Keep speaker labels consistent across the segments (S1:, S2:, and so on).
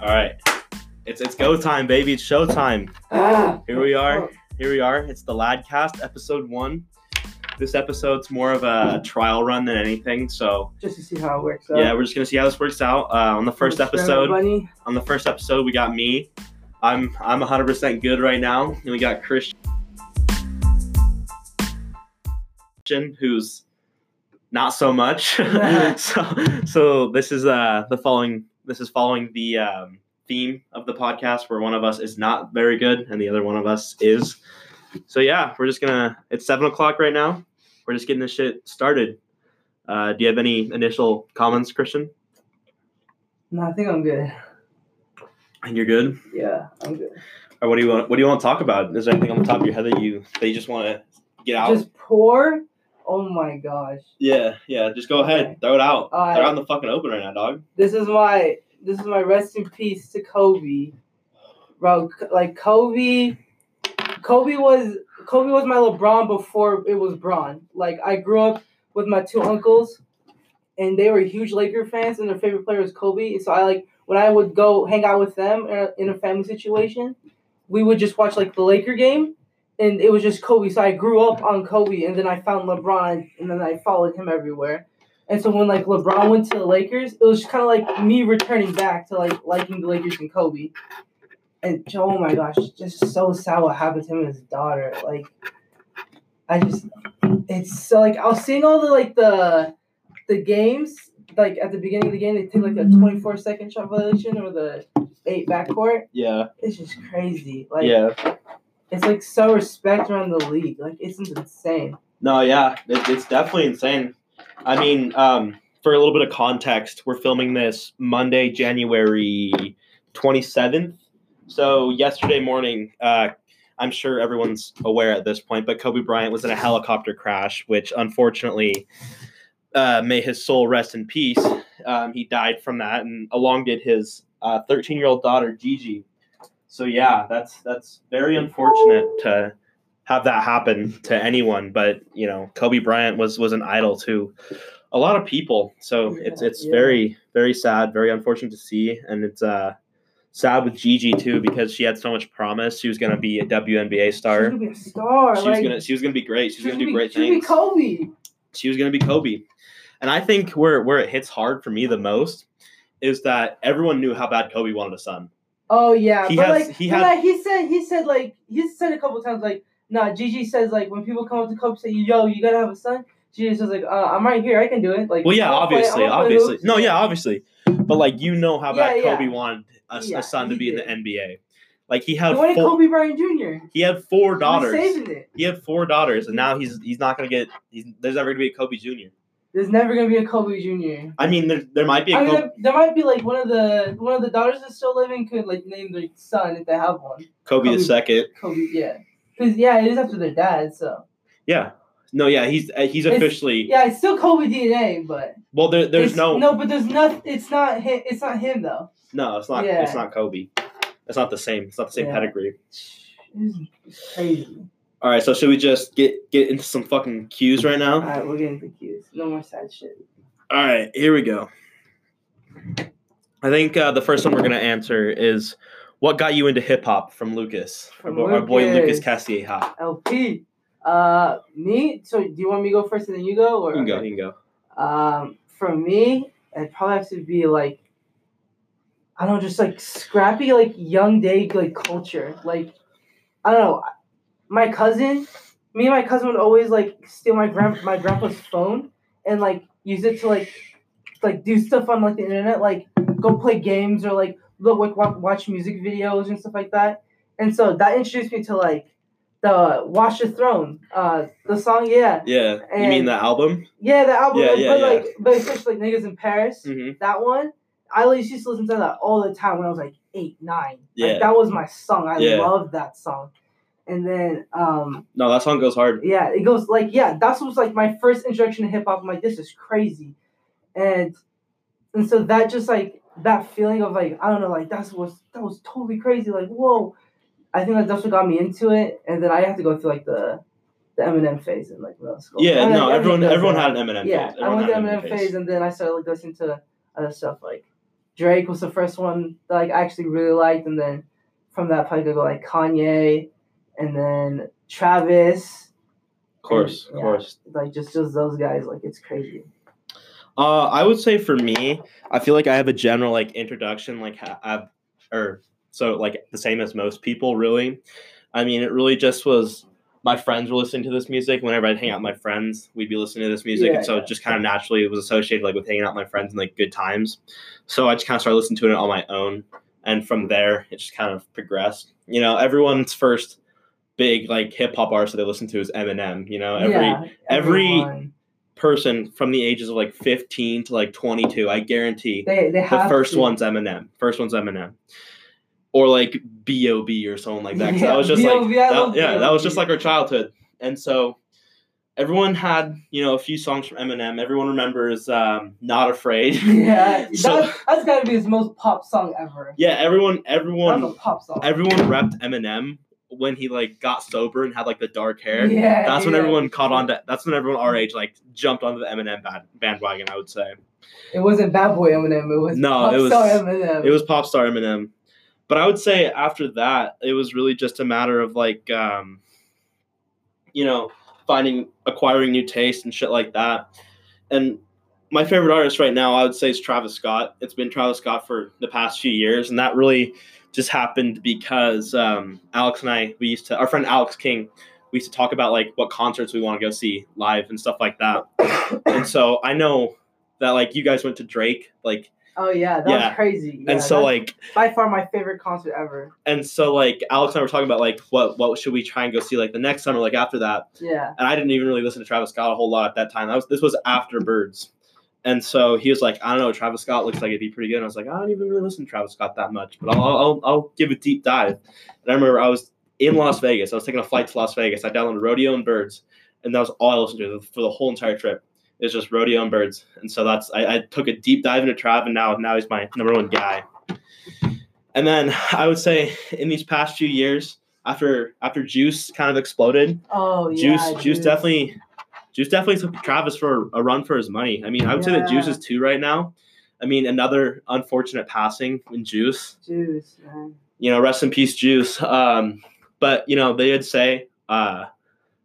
S1: All right. It's it's go time, baby. It's show time.
S2: Ah.
S1: Here we
S2: Oh,
S1: are. Here we are. It's the Ladcast episode one. This episode's more of a trial run than anything. So
S2: Just to see how it works out.
S1: yeah, we're just gonna see how this works out. Uh, on the first
S2: Experiment
S1: episode,
S2: Bunny.
S1: on the first episode, we got me. I'm I'm 100% good right now, and we got Christian, who's not so much. so so this is uh the following. This is following the um, theme of the podcast, where one of us is not very good, and the other one of us is. So yeah, we're just gonna. It's seven o'clock right now. We're just getting this shit started. Uh, do you have any initial comments, Christian?
S2: No, I think I'm good.
S1: And you're good.
S2: Yeah, I'm good.
S1: Or what do you want? What do you want to talk about? Is there anything on the top of your head that you that you just want to get out?
S2: Just pour. Oh my gosh.
S1: yeah, yeah. Just go ahead,
S2: Okay.
S1: throw it out.
S2: All
S1: They're
S2: right.
S1: on the fucking open right now, dog.
S2: This is my this is my rest in peace to Kobe. Bro, c- like Kobe Kobe was Kobe was my LeBron before it was Braun. Like I grew up with my two uncles and they were huge Laker fans and their favorite player was Kobe. So I like when I would go hang out with them in a, in a family situation, we would just watch like the Laker game and it was just Kobe. So I grew up on Kobe and then I found LeBron and then I followed him everywhere. And so when like LeBron went to the Lakers, it was kind of like me returning back to like liking the Lakers and Kobe. And oh my gosh, just so sad what happened to him and his daughter. Like, I just, it's so like I was seeing all the like the, the games like at the beginning of the game they take like a twenty four second shot violation or the eight backcourt.
S1: Yeah,
S2: It's just crazy. Like
S1: yeah.
S2: it's like so respect around the league. Like it's insane.
S1: No, yeah. It, it's definitely insane. I mean, um, for a little bit of context, we're filming this Monday, January twenty seventh. So yesterday morning, uh, I'm sure everyone's aware at this point, but Kobe Bryant was in a helicopter crash, which unfortunately, uh, may his soul rest in peace. Um, he died from that, and along did his 13 year old daughter Gigi. So yeah, that's that's very unfortunate to have that happen to anyone. But you know, Kobe Bryant was was an idol to a lot of people. So it's it's
S2: Yeah.
S1: very very sad, very unfortunate to see, and it's uh sad with Gigi too because she had so much promise. She was gonna be a WNBA
S2: She's
S1: star.
S2: gonna be a star.
S1: She was
S2: like,
S1: gonna she was gonna be great. She was
S2: she's
S1: gonna do
S2: be-
S1: great
S2: she's gonna be
S1: things
S2: Kobe.
S1: she was going to be Kobe. And I think where where it hits hard for me the most is that everyone knew how bad Kobe wanted a son.
S2: Oh yeah,
S1: He
S2: but
S1: has-
S2: like,
S1: he
S2: he,
S1: had-
S2: like he said, he said like he said a couple times like, nah. Gigi says like when people come up to Kobe say, yo, you gotta have a son. Gigi says like, uh, I'm right here, I can do it. Like,
S1: Well, yeah,
S2: I'll play-
S1: obviously,
S2: I'll play
S1: obviously,
S2: hoops.
S1: no, yeah, obviously, but like you know how bad
S2: Yeah, yeah.
S1: Kobe wanted a, a
S2: Yeah,
S1: son to
S2: he
S1: be
S2: did.
S1: in the NBA. Like he
S2: He
S1: had
S2: wanted
S1: four,
S2: Kobe Bryant Jr.
S1: he had four
S2: He's
S1: daughters.
S2: saving it.
S1: He had four daughters, and now he's he's not gonna get. He's, there's never gonna be a Kobe Junior.
S2: There's never gonna be a Kobe Jr.
S1: I mean, there there might be a
S2: I mean,
S1: Kobe,
S2: there, there might be like one of the one of the daughters that's still living could like name their son if they have one.
S1: Kobe the
S2: Kobe-
S1: second.
S2: Kobe, yeah, because yeah, it is after their dad, so
S1: Yeah, no, yeah, he's uh, he's
S2: It's-
S1: officially.
S2: yeah, it's still Kobe DNA, but
S1: Well, there, there's
S2: it's-
S1: no, no
S2: no, but there's not. It's not him. It's not him though.
S1: it's not
S2: Yeah.
S1: it's not Kobe. It's not the same. It's not the same
S2: Yeah.
S1: pedigree.
S2: It's crazy.
S1: All right, so should we just get get into some fucking cues right
S2: All
S1: now?
S2: right, we're getting confused. No more sad shit.
S1: All right, here we go. I think uh, the first one we're gonna answer is what got you into hip hop from Lucas,
S2: From
S1: our, bo- our boy Lucas
S2: Lucas.
S1: Castilleja.
S2: LP. Uh, me. So, do you want me to go first and then you go, or
S1: You can go, you can go.
S2: Um, for me, it probably have to be like, I don't know, just like scrappy, like young day, like culture. Like, I don't know. My cousin, me and my cousin would always like steal my grand my grandpa's phone and like use it to like like do stuff on like the internet, like go play games or like look like wa- watch music videos and stuff like that. And so that introduced me to like the Watch the Throne, uh, the song, yeah.
S1: Yeah, you mean
S2: And-
S1: the album?
S2: Yeah, the album.
S1: Yeah,
S2: like,
S1: yeah,
S2: but
S1: yeah.
S2: like, but especially like niggas in Paris.
S1: Mm-hmm.
S2: That one, I always used to listen to that all the time when I was like eight, nine.
S1: Yeah.
S2: like, that was my song. I
S1: Yeah.
S2: loved that song. And then, um,
S1: No, that song goes hard.
S2: yeah, it goes like, yeah, that's was like my first introduction to hip hop. I'm like, this is crazy, and and so that just like that feeling of like I don't know, like that's was that was totally crazy. Like whoa, I think like, that's what got me into it. And then I have to go through like the the Eminem phase in like middle school.
S1: Yeah,
S2: I mean,
S1: no,
S2: like,
S1: everyone
S2: does
S1: everyone had
S2: that.
S1: an Eminem.
S2: Yeah,
S1: phase.
S2: I
S1: Everyone
S2: went to
S1: had an
S2: Eminem phase, and then I started like listening to other stuff like Drake was the first one that like I actually really liked, and then from that probably could go like Kanye, and then Travis.
S1: Of course, of
S2: Yeah.
S1: course.
S2: Like just just those guys, like it's crazy.
S1: Uh, I would say for me, I feel like I have a general like introduction, like ha- I've, or so like the same as most people, really. I mean, it really just was my friends were listening to this music. Whenever I'd hang out with my friends, we'd be listening to this music,
S2: Yeah,
S1: and so
S2: yeah.
S1: it just kind of naturally was associated like with hanging out with my friends and like good times. So I just kind of started listening to it on my own, and from there it just kind of progressed. You know, everyone's first big like hip hop artist that they listen to is Eminem. You know, Uh, every
S2: yeah,
S1: every-
S2: everyone.
S1: person from the ages of like 15 to like 22, I guarantee
S2: they they have
S1: the first
S2: to.
S1: one's Eminem. First one's Eminem. Or like B.O.B. or someone like that. 'Cause that was just like,
S2: B.O.B., I love
S1: that- yeah, that was just
S2: B.O.B..
S1: like our childhood. And so everyone had, you know, a few songs from Eminem. Everyone remembers um, Not Afraid.
S2: Yeah,
S1: So-
S2: that, that's gotta be his most pop song ever.
S1: yeah, everyone,
S2: That's a
S1: everyone,
S2: pop song.
S1: everyone repped Eminem when he like got sober and had like the dark hair.
S2: Yeah,
S1: That's when
S2: yeah.
S1: everyone caught on to, that's when everyone our age like jumped onto the Eminem band, bandwagon, I would say.
S2: It wasn't Bad Boy Eminem. It was
S1: No,
S2: pop
S1: it was-
S2: star Eminem.
S1: It was pop star Eminem. But I would say after that, it was really just a matter of like, um, you know, finding, acquiring new taste and shit like that. And my favorite artist right now, I would say, is Travis Scott. It's been Travis Scott for the past few years, and that really just happened because um, Alex and I, we used to, our friend Alex King, we used to talk about like what concerts we want to go see live and stuff like that. and so I know that like you guys went to Drake, like,
S2: oh yeah, that
S1: Yeah.
S2: was crazy. Yeah,
S1: and so
S2: that's
S1: like
S2: by far my favorite concert ever.
S1: and so like Alex and I were talking about like what what should we try and go see like the next time or like after that.
S2: Yeah,
S1: And I didn't even really listen to Travis Scott a whole lot at that time. That was this was after Birds. And so he was like, I don't know, Travis Scott looks like it'd be pretty good. And I was like, I don't even really listen to Travis Scott that much, but I'll I'll, I'll give a deep dive. And I remember I was in Las Vegas. I was taking a flight to Las Vegas. I downloaded Rodeo and Birds, and that was all I listened to for the whole entire trip. It was just Rodeo and Birds. And so that's I, I took a deep dive into Trav, and now now he's my number one guy. And then I would say in these past few years, after after Juice kind of exploded,
S2: oh yeah.
S1: Juice, Juice definitely, Juice definitely took Travis for a run for his money. I mean, I would say that Juice
S2: Yeah.
S1: is two right now. I mean, another unfortunate passing in Juice.
S2: Juice, man.
S1: You know, rest in peace, Juice. Um, but you know, they did say uh,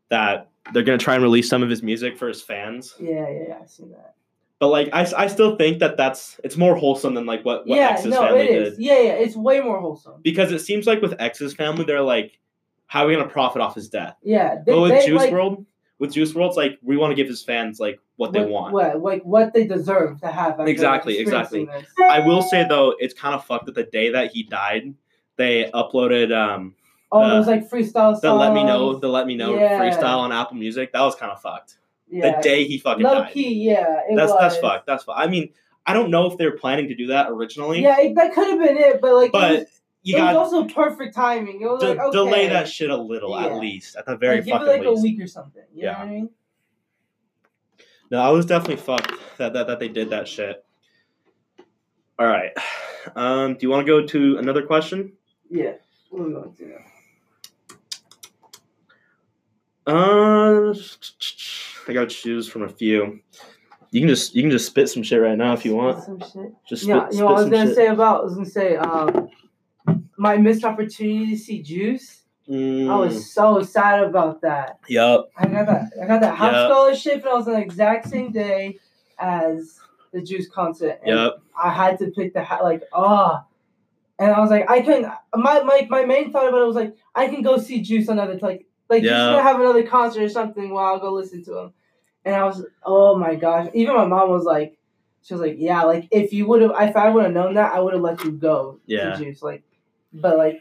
S1: that they're gonna try and release some of his music for his fans.
S2: Yeah, yeah, yeah. I see that.
S1: But like, I, I still think that that's it's more wholesome than like what what
S2: yeah,
S1: X's
S2: no,
S1: family
S2: it is.
S1: did
S2: Yeah, yeah. It's way more wholesome.
S1: because it seems like with X's family, they're like, how are we gonna profit off his death?
S2: Yeah, they,
S1: but with
S2: they,
S1: Juice
S2: like,
S1: World, with Juice World, it's like we want to give his fans like what they want.
S2: What, like what they deserve to have. after
S1: Exactly,
S2: experiencing this.
S1: I will say though, it's kind of fucked that the day that he died, they uploaded um
S2: Oh,
S1: the-
S2: it was like freestyle songs.
S1: the "Let Me Know" the "Let Me Know"
S2: yeah.
S1: freestyle on Apple Music. That was kind of fucked.
S2: yeah.
S1: The day he fucking
S2: Low
S1: died,
S2: key, yeah. It
S1: that's
S2: was.
S1: that's fucked. That's fucked. I mean, I don't know if they were planning to do that originally,
S2: Yeah, it, that could have been it, but like,
S1: but
S2: it was,
S1: you
S2: it was
S1: got
S2: also perfect timing. It was
S1: to
S2: like, okay,
S1: delay that shit a little at
S2: Yeah.
S1: least, at the very
S2: like, give
S1: fucking
S2: it like a
S1: least.
S2: week or something. You
S1: Yeah.
S2: know what I mean?
S1: No, I was definitely fucked that that, that they did that shit. All right, um, do you want to go to another question?
S2: Yeah. We'll go to that.
S1: Uh, I gotta choose from a few. You can just you can just spit some shit right now if you want.
S2: Some shit.
S1: Just spit,
S2: Yeah, you
S1: spit
S2: know what I was
S1: some
S2: gonna
S1: shit.
S2: say about I was gonna say um my missed opportunity to see Juice. I
S1: Mm.
S2: was so sad about that.
S1: Yup.
S2: I got that I got that house
S1: Yeah.
S2: scholarship and I was on the exact same day as the Juice concert. and
S1: Yup.
S2: I had to pick the hat like ah. and I was like, I couldn't. My, my my main thought about it was like, I can go see Juice another like like he's
S1: Yeah.
S2: gonna have another concert or something. While I'll go listen to him. And I was, oh my gosh! Even my mom was like, she was like, yeah, like if you would have, if I would have known that, I would have let you go
S1: Yeah.
S2: to Juice. Like, but like,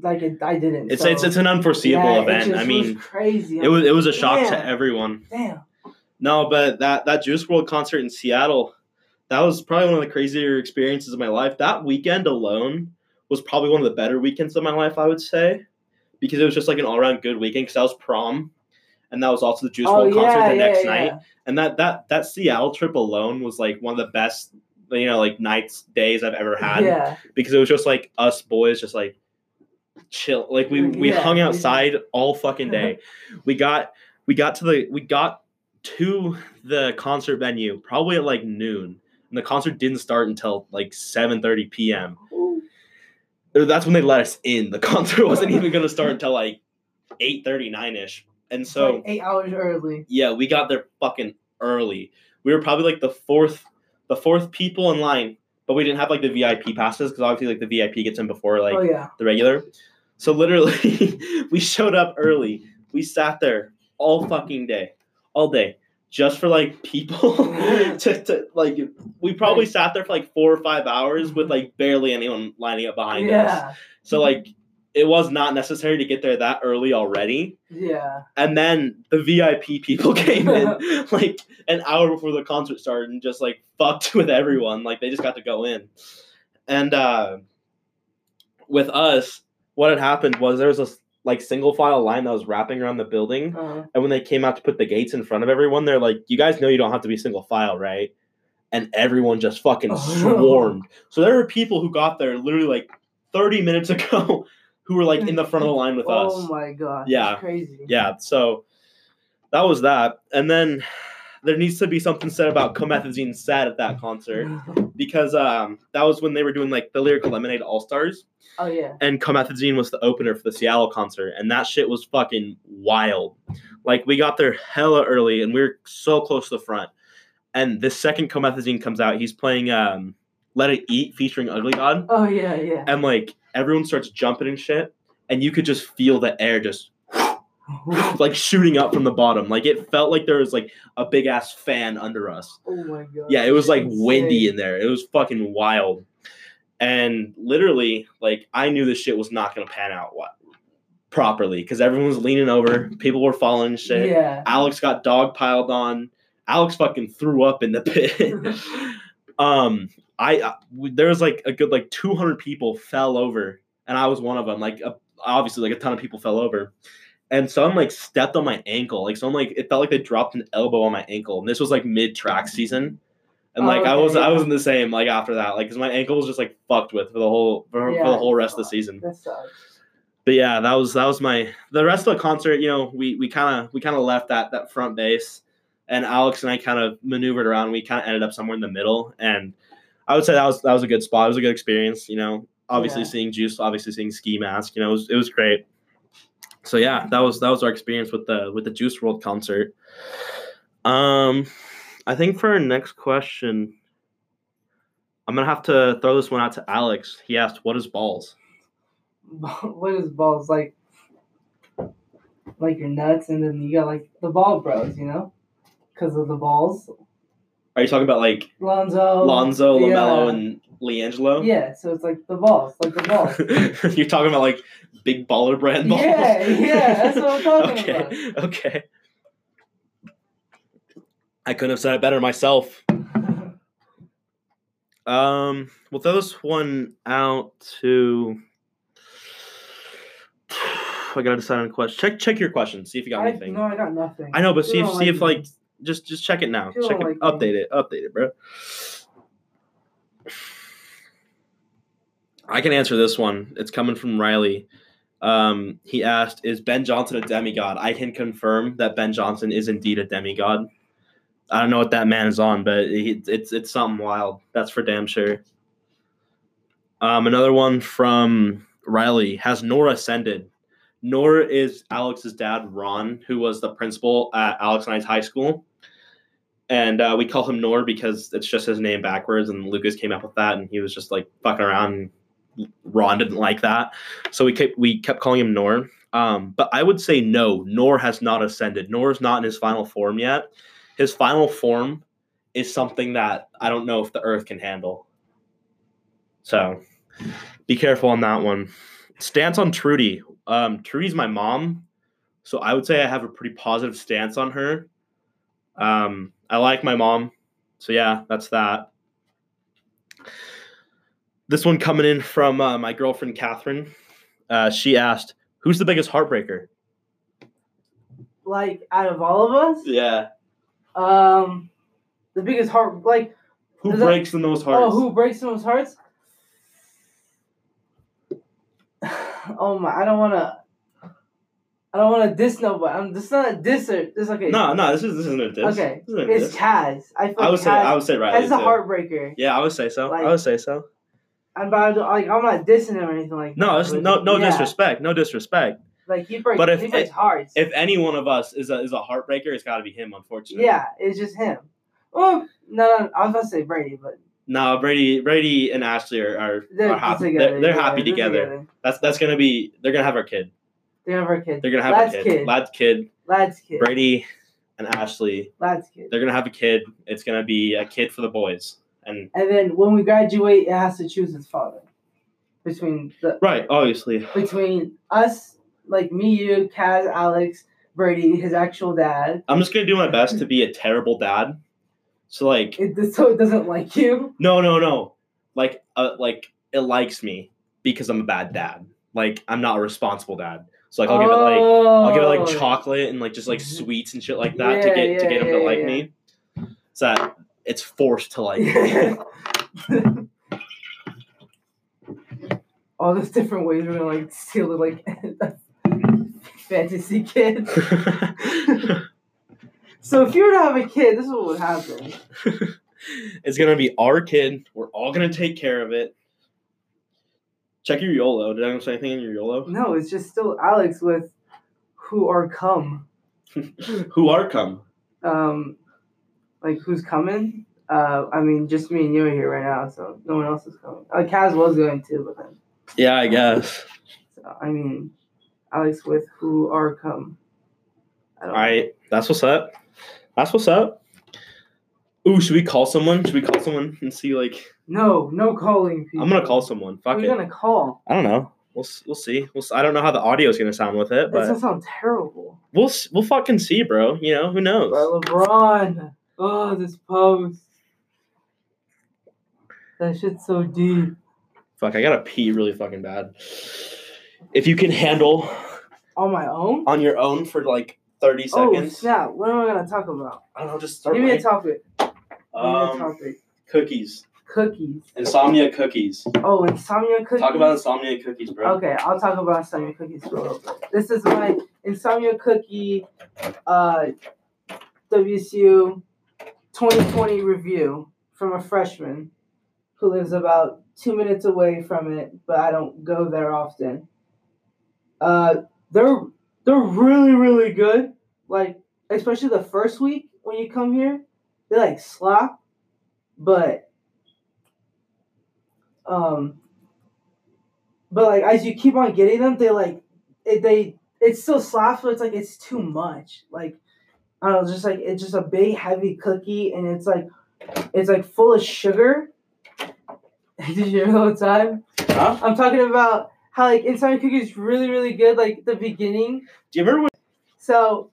S2: like it, I didn't.
S1: It's
S2: so,
S1: it's it's an unforeseeable
S2: yeah, it
S1: event.
S2: just
S1: I mean,
S2: was crazy.
S1: it was it was a shock
S2: Yeah.
S1: to everyone.
S2: damn.
S1: No, but that that Juice World concert in Seattle, that was probably one of the crazier experiences of my life. That weekend alone was probably one of the better weekends of my life. I would say, because it was just like an all around good weekend. Because that was prom, and that was also the Juice
S2: oh
S1: World concert
S2: yeah,
S1: the
S2: yeah,
S1: next
S2: yeah.
S1: night. and that that that Seattle trip alone was like one of the best you know like nights days I've ever had
S2: Yeah,
S1: because it was just like us boys just like chill like we we
S2: Yeah,
S1: hung
S2: we-
S1: outside all fucking day we got we got to the we got to the concert venue probably at like noon and the concert didn't start until like 7:30 p.m. That's when they let us in. The concert wasn't even gonna start until like 8:39 ish, and so
S2: like eight hours early.
S1: yeah, we got there fucking early. We were probably like the fourth, the fourth people in line, but we didn't have like the VIP passes because obviously like the VIP gets in before like
S2: oh yeah,
S1: the regular. So literally, we showed up early. We sat there all fucking day, all day, just for like people to, to like. We probably
S2: Right. Mm-hmm.
S1: sat there for like four or five hours with like barely anyone lining up behind us.
S2: yeah,
S1: So like, it was not necessary to get there that early already.
S2: yeah.
S1: And then the VIP people came in like an hour before the concert started and just like fucked with everyone. Like they just got to go in. And uh, with us, what had happened was there was this like single file line that was wrapping around the building.
S2: Uh,
S1: And when they came out to put the gates in front of everyone, they're like, you guys know you don't have to be single file, right? And everyone just fucking swarmed. So there were people who got there literally like 30 minutes ago who were like in the front of the line with us.
S2: oh my god,
S1: Yeah.
S2: that's crazy.
S1: Yeah, so that was that. And then there needs to be something said about Comethazine Sad at that concert because um, that was when they were doing like the Lyrical Lemonade All Stars,
S2: Oh yeah,
S1: and Comethazine was the opener for the Seattle concert, and that shit was fucking wild. Like we got there hella early, and we were so close to the front. And the second Comethazine comes out, he's playing um, "Let It Eat" featuring Ugly God
S2: oh yeah, yeah.
S1: and like everyone starts jumping and shit, and you could just feel the air just
S2: Oh
S1: like shooting up from the bottom. Like it felt like there was like a big ass fan under us.
S2: Oh my god.
S1: Yeah, it was like
S2: Insane.
S1: windy in there. It was fucking wild. And literally, like I knew this shit was not gonna pan out what properly because everyone was leaning over, people were falling and shit.
S2: Yeah.
S1: Alex got dog piled on. Alex fucking threw up in the pit. um, I, I w- there was like a good like 200 people fell over, and I was one of them. Like a, obviously, like a ton of people fell over, and someone like stepped on my ankle. Like someone like it felt like they dropped an elbow on my ankle, and this was like mid track season. And like I
S2: Oh, Okay,
S1: was, I
S2: yeah.
S1: wasn't the same. Like after that, like 'cause my ankle was just like fucked with for the whole for, for
S2: Yeah.
S1: the whole rest of the season
S2: That sucks.
S1: but yeah, that was that was my the rest of the concert. You know, we we kind of we kind of left that that front base, and Alex and I kind of maneuvered around. We kind of ended up somewhere in the middle, and I would say that was that was a good spot. It was a good experience. You know, obviously
S2: Yeah.
S1: seeing Juice, obviously seeing Ski Mask. You know, it was it was great. So yeah, that was that was our experience with the with the Juice World concert. Um, I think for our next question, I'm gonna have to throw this one out to Alex. He asked, "What is balls?"
S2: what is balls like? Like your nuts, and then you got like the ball bros, you know, because of the balls.
S1: Are you talking about like
S2: Lonzo.
S1: Lonzo,
S2: Oh, yeah.
S1: Lamelo, and Leangelo.
S2: Yeah, so it's like the balls, like the balls.
S1: You're talking about like big baller brand balls.
S2: Yeah, yeah, that's what I'm talking
S1: okay, about. Okay. I couldn't have said it better myself. Um, we'll throw this one out to. I gotta decide on a question. Check check your question. See if you got
S2: I,
S1: anything.
S2: no, I got nothing.
S1: I know, but
S2: You
S1: see if
S2: don't
S1: see if like
S2: me.
S1: just just check it now.
S2: You don't
S1: check it,
S2: like me.
S1: update it, update it, bro. I can answer this one. It's coming from Riley. Um, he asked, "Is Ben Johnson a demigod?" I can confirm that Ben Johnson is indeed a demigod. I don't know what that man is on, but he, it's it's something wild. That's for damn sure. Um, another one from Riley has Nora ascended. Nor is Alex's dad, Ron, who was the principal at Alex and I's high school. And uh, we call him Nor because it's just his name backwards. And Lucas came up with that, and he was just like fucking around. And Ron didn't like that, so we kept we kept calling him Nor. Um, but I would say no, Nor has not ascended. Nor is not in his final form yet. His final form is something that I don't know if the Earth can handle. So be careful on that one. Stance on Trudy. Um, Trudy's my mom, so I would say I have a pretty positive stance on her. Um, I like my mom, so yeah, that's that. This one coming in from uh, my girlfriend Catherine. Uh, she asked, "Who's the biggest heartbreaker?"
S2: like out of all of us,
S1: Yeah,
S2: um, the biggest heart, like
S1: who
S2: Is that-
S1: breaks the most hearts?
S2: oh, who breaks someone's hearts? oh my, I don't wanna. I don't want to diss nobody. I'm this is not a disser. This okay.
S1: No, no, this is this isn't a diss.
S2: Okay.
S1: This isn't a
S2: It's
S1: diss.
S2: Kaz. I feel
S1: I would say
S2: Kaz,
S1: I would say Riley.
S2: Kaz is a
S1: too.
S2: heartbreaker.
S1: Yeah, I would say so.
S2: Like-
S1: I would say so.
S2: I'm about to, like I'm not dissing him or anything like
S1: No,
S2: that.
S1: it's
S2: but
S1: no no
S2: yeah,
S1: disrespect. No disrespect.
S2: Like he breaks
S1: But if
S2: he breaks
S1: it-
S2: hearts.
S1: If any one of us is a is a heartbreaker, it's got to be him. Unfortunately.
S2: yeah, it's just him. Oh no, no, I was about to say Brady, but
S1: No, Brady, Brady and Ashley are are,
S2: they're
S1: are happy.
S2: together.
S1: They're, they're
S2: yeah,
S1: happy
S2: they're
S1: together. That's that's gonna be. They're gonna have our kid.
S2: They have our kid.
S1: They're gonna have
S2: Lad's
S1: a kid.
S2: kid.
S1: Lad's kid.
S2: Lad's kid.
S1: Brady and Ashley.
S2: Lad's kid.
S1: They're gonna have a kid. It's gonna be a kid for the boys. And
S2: And then when we graduate, it has to choose his father between the
S1: right, obviously.
S2: between us, like me, you, Kaz, Alex, Brady, his actual dad.
S1: I'm just gonna do my best to be a terrible dad. So like,
S2: It, so it doesn't like you.
S1: no, no, no. Like, uh, like it likes me because I'm a bad dad. Like I'm not a responsible dad. So like I'll give it like. I'll give it like
S2: Oh.
S1: chocolate and like just like
S2: Mhm.
S1: sweets and shit like that to
S2: Yeah,
S1: get to
S2: yeah,
S1: get him to
S2: yeah,
S1: like
S2: yeah.
S1: me. So that it's forced to like me.
S2: Oh. all those different ways we're gonna like steal the like fantasy kid. So if you were to have a kid, this is what would happen.
S1: it's gonna be our kid. We're all gonna take care of it. Check your YOLO. Did I miss anything in your YOLO?
S2: No, it's just still Alex with who are come.
S1: Who are come?
S2: Um like who's coming? Uh I mean just me and you are here right now, so no one else is coming. Uh, Kaz was going to, but then
S1: Yeah, I guess.
S2: so I mean Alex with who are come. I
S1: All
S2: don't
S1: right, that's what's up. That's what's up. Ooh, should we call someone? Should we call someone and see? Like,
S2: No, no calling people.
S1: I'm gonna call someone. Fuck
S2: Who are
S1: it.
S2: you gonna call?
S1: I don't know. We'll s- we'll see. We'll, s- I don't know how the audio is gonna sound with it,
S2: That's
S1: but
S2: gonna sound terrible.
S1: we'll s- we'll fucking see, bro. You know who knows?
S2: But LeBron. Oh, this post. That shit's so deep.
S1: Fuck, I gotta pee really fucking bad. If you can handle
S2: On my own?
S1: on your own for like thirty
S2: Oh
S1: seconds,
S2: snap! What am I gonna talk about?
S1: I don't know. Just start.
S2: Give me a
S1: rank-
S2: topic. Give me a
S1: um,
S2: topic.
S1: cookies,
S2: Cookies.
S1: insomnia cookies.
S2: Oh, insomnia cookies.
S1: Talk about insomnia cookies, bro.
S2: Okay, I'll talk about insomnia cookies for a little bit. This is my insomnia cookie, uh, WCU 2020 review from a freshman who lives about two minutes away from it, but I don't go there often. Uh, they're they're really really good. Like especially the first week when you come here, they like slop, but um but like as you keep on getting them, they like it, they it's still slaps, but it's like it's too much. Like I don't know, just like it's just a big heavy cookie, and it's like it's like full of sugar. Did you hear the whole time?
S1: Huh?
S2: I'm talking about how like inside cookie is really really good, like the beginning.
S1: Do you remember when?
S2: So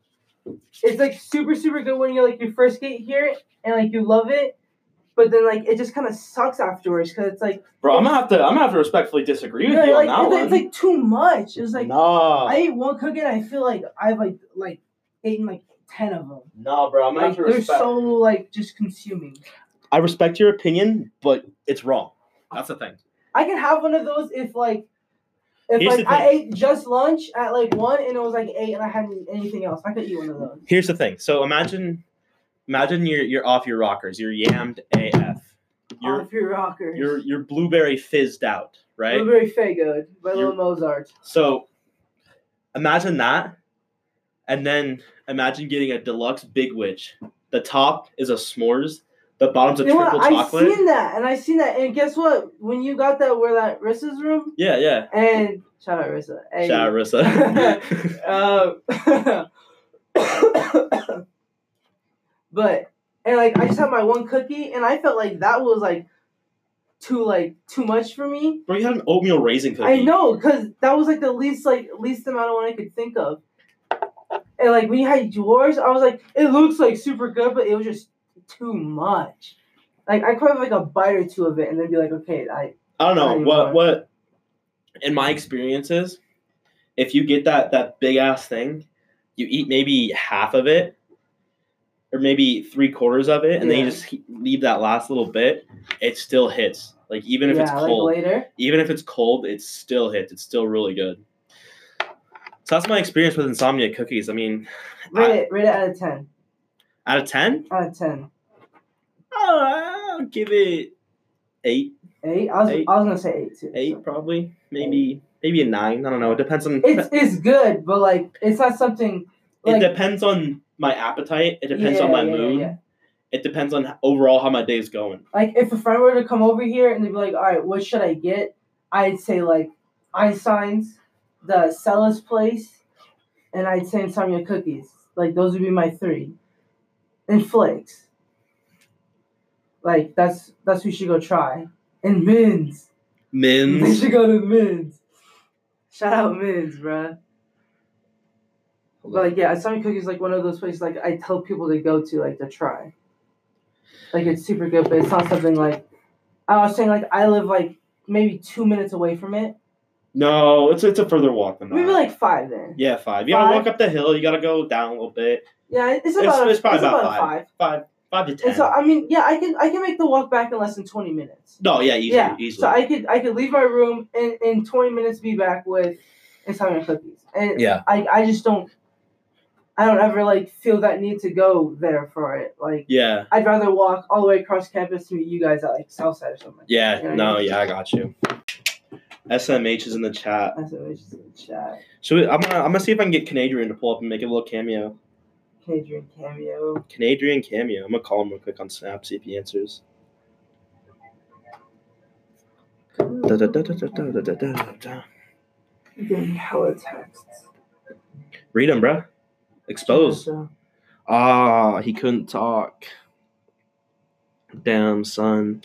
S2: it's like super super good when you like you first get here and like you love it, but then like it just kind of sucks afterwards because it's like
S1: Bro, I'm gonna have to. I'm gonna have to respectfully disagree with
S2: you're
S1: you
S2: like,
S1: on
S2: it's,
S1: that
S2: it's
S1: one.
S2: like too much. It was like
S1: nah,
S2: I ate one cookie and I feel like I've like like eaten like ten of them.
S1: nah, bro. I'm gonna
S2: Like
S1: have to
S2: they're
S1: respect.
S2: so like just consuming.
S1: I respect your opinion, but it's wrong. That's the thing.
S2: I can have one of those if like if
S1: Here's
S2: like
S1: the
S2: I ate just lunch at like one and it was like eight and I hadn't eaten anything else. I could eat one of those.
S1: Here's the thing. So imagine, imagine you're you're off your rockers. You're yammed AF.
S2: You're,
S1: You're
S2: Off your rockers.
S1: you're you're blueberry fizzed out, right?
S2: Blueberry Fago by Little
S1: You're-
S2: Mozart.
S1: So imagine that, and then imagine getting a deluxe big witch. The top is a s'mores. The bottom's a
S2: You know
S1: triple
S2: what? I've
S1: chocolate.
S2: seen that and I seen that and guess what? When you got that where that Rissa's room
S1: yeah, yeah.
S2: and shout out Rissa. Hey.
S1: Shout out, Rissa.
S2: Um, but and like I just had my one cookie, and I felt like that was like too like too much for me.
S1: Bro, you had an oatmeal raisin cookie.
S2: I know because that was like the least like least amount of one I could think of. And like when you had yours, I was like, it looks like super good, but it was just too much. Like I could have like a bite or two of it, and then be like, okay, I
S1: I don't know
S2: Not
S1: what
S2: anymore.
S1: what in my experiences, if you get that that big ass thing, you eat maybe half of it or maybe three quarters of it, and then you
S2: Yeah.
S1: just he- leave that last little bit. It still hits. Like even if it's
S2: yeah,
S1: cold,
S2: like later.
S1: even if it's cold, it still hits. It's still really good. That's So that's my experience with insomnia cookies. I mean,
S2: Rate it. Rate it out of ten.
S1: out of ten,
S2: Out of ten.
S1: oh, I'll give it eight,
S2: Eight. I was.
S1: Eight.
S2: I was gonna say eight too.
S1: eight
S2: so.
S1: probably, maybe maybe a nine. I don't know. It depends on
S2: It's it's good, but like it's not something.
S1: it
S2: Like,
S1: depends on my appetite. It depends on
S2: Yeah,
S1: my
S2: yeah, yeah,
S1: mood.
S2: yeah.
S1: It depends on overall how my day's going.
S2: Like if a friend were to come over here and they'd be like, "All right, what should I get?" I'd say like Einstein's, the Seller's Place, and I'd say Insomnia Cookies. Like those would be my three, and Flakes. Like that's that's who you should go try. And Min's, they
S1: Mins.
S2: should go to Min's. Shout out Min's, bruh. But like yeah, Insomnia Cookies is like one of those places like I tell people to go to like to try. Like it's super good, but it's not something like I was saying like I live like maybe two minutes away from it.
S1: No, it's it's a further walk than that.
S2: Maybe like five then.
S1: yeah, five. You gotta
S2: five.
S1: walk up the hill. You gotta go down a little bit.
S2: Yeah, it's
S1: It's-
S2: about
S1: it's probably about
S2: a
S1: five.
S2: five.
S1: Five, five to ten.
S2: And so I mean, yeah, I can I can make the walk back in less than twenty minutes.
S1: no, yeah, easily,
S2: yeah.
S1: easily.
S2: So I could I could leave my room and in twenty minutes be back with Italian cookies. And
S1: Yeah.
S2: I, I just don't I don't ever like feel that need to go there for it. Like
S1: yeah,
S2: I'd rather walk all the way across campus to meet you guys at like Southside or something.
S1: yeah.
S2: Yeah,
S1: no,
S2: yeah.
S1: yeah, I got you. SMH is in the chat.
S2: That's what we just in the chat.
S1: So I'm gonna I'm gonna see if I can get Canadrian to pull up and make a little cameo.
S2: Cadrian cameo.
S1: Canadrian cameo. I'm gonna call him real quick on Snap see if he answers. Da, da, da, da, da, da, da, da, da, da.
S2: Getting hella texts.
S1: Read him, bruh. Exposed. Ah, he couldn't talk. Damn, son.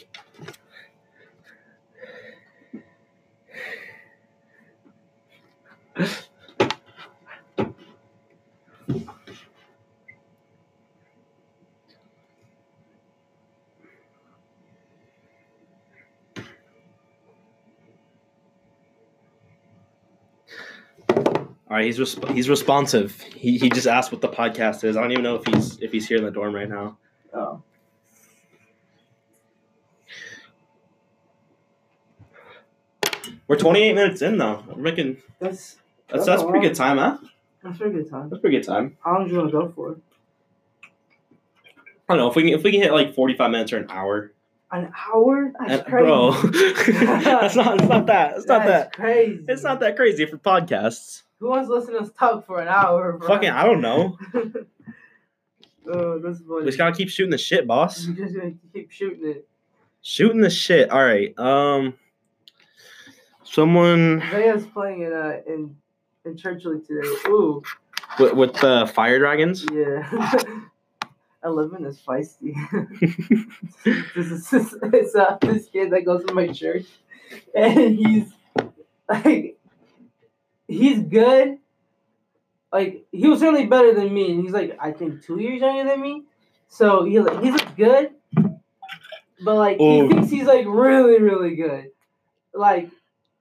S1: All right, he's resp- he's responsive. He, he just asked what the podcast is. I don't even know if he's if he's here in the dorm right now.
S2: Oh.
S1: We're 28 minutes in though. We're making
S2: That's
S1: that's that's pretty good time, huh?
S2: that's a good time.
S1: That's pretty good time.
S2: How long do you want to go for?
S1: I don't know if we can if we can hit like 45 minutes or an hour,
S2: An hour? That's
S1: Uh,
S2: crazy.
S1: bro. that's not it's not that it's not that
S2: That's crazy.
S1: it's not that crazy for podcasts.
S2: Who wants to listen to us talk for an hour? Bro?
S1: Fucking, I don't know.
S2: Oh, this boy.
S1: We just gotta keep shooting the shit, boss.
S2: I'm just gonna keep shooting it.
S1: Shooting the shit. All right. Um. Someone
S2: Vaya's playing in uh in in Churchilley today. Ooh,
S1: with, with the fire dragons.
S2: yeah. Eleven is feisty. this is this, it's uh, this kid that goes to my church, and he's like, he's good. Like he was certainly better than me, and he's like I think two years younger than me. So he like he's like, good, but like
S1: Ooh.
S2: he thinks he's like really really good. Like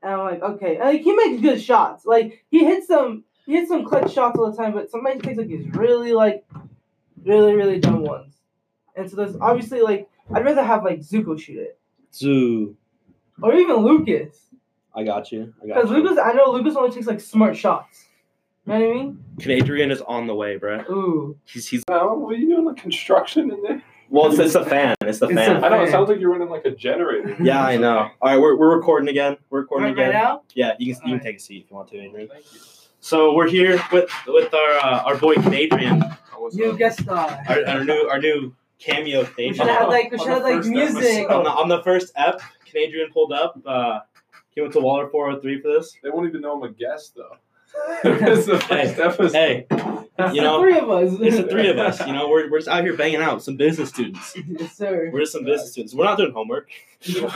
S2: and I'm like okay, and, like he makes good shots. Like he hits some he hits some clutch shots all the time, but sometimes he takes like these really like really really dumb ones. And so there's obviously like I'd rather have like Zuko shoot it
S1: Zoo.
S2: or even Lucas
S1: I got you. I got
S2: because
S1: you.
S2: Lucas I know Lucas only takes like smart shots. You know what I mean?
S1: Canadrian is on the way, bro.
S2: Ooh,
S1: He's he's.
S3: Now, what are you doing? Like construction in there?
S1: Well, it's, it's the fan. It's the
S2: It's
S1: fan.
S3: I know. It sounds like you're running like a generator.
S1: yeah, I know. All right, we're, we're recording again. We're recording
S2: right,
S1: again.
S2: right now.
S1: yeah, you can you
S2: All
S1: can
S2: right.
S1: take a seat if you want to, Adrian.
S3: Thank you.
S1: So we're here with with our uh, our boy Canadrian,
S3: I was,
S2: New
S3: uh,
S2: guest star.
S1: our, our new our new cameo
S2: We
S1: Canadian.
S2: should have like we
S3: On
S2: should
S3: the
S2: have like
S3: first
S2: music.
S1: on, the, on the first ep, Canadrian pulled up. Uh, came up to Waller four hundred three for this.
S3: They won't even know I'm a guest though. it's the first episode.
S1: Hey,
S2: It's
S1: you
S2: the
S1: know,
S2: three of us.
S1: it's the three of us. You know, we're, we're just out here banging out some business students.
S2: yes, sir.
S1: We're just some business students. We're not doing homework.
S3: Yeah.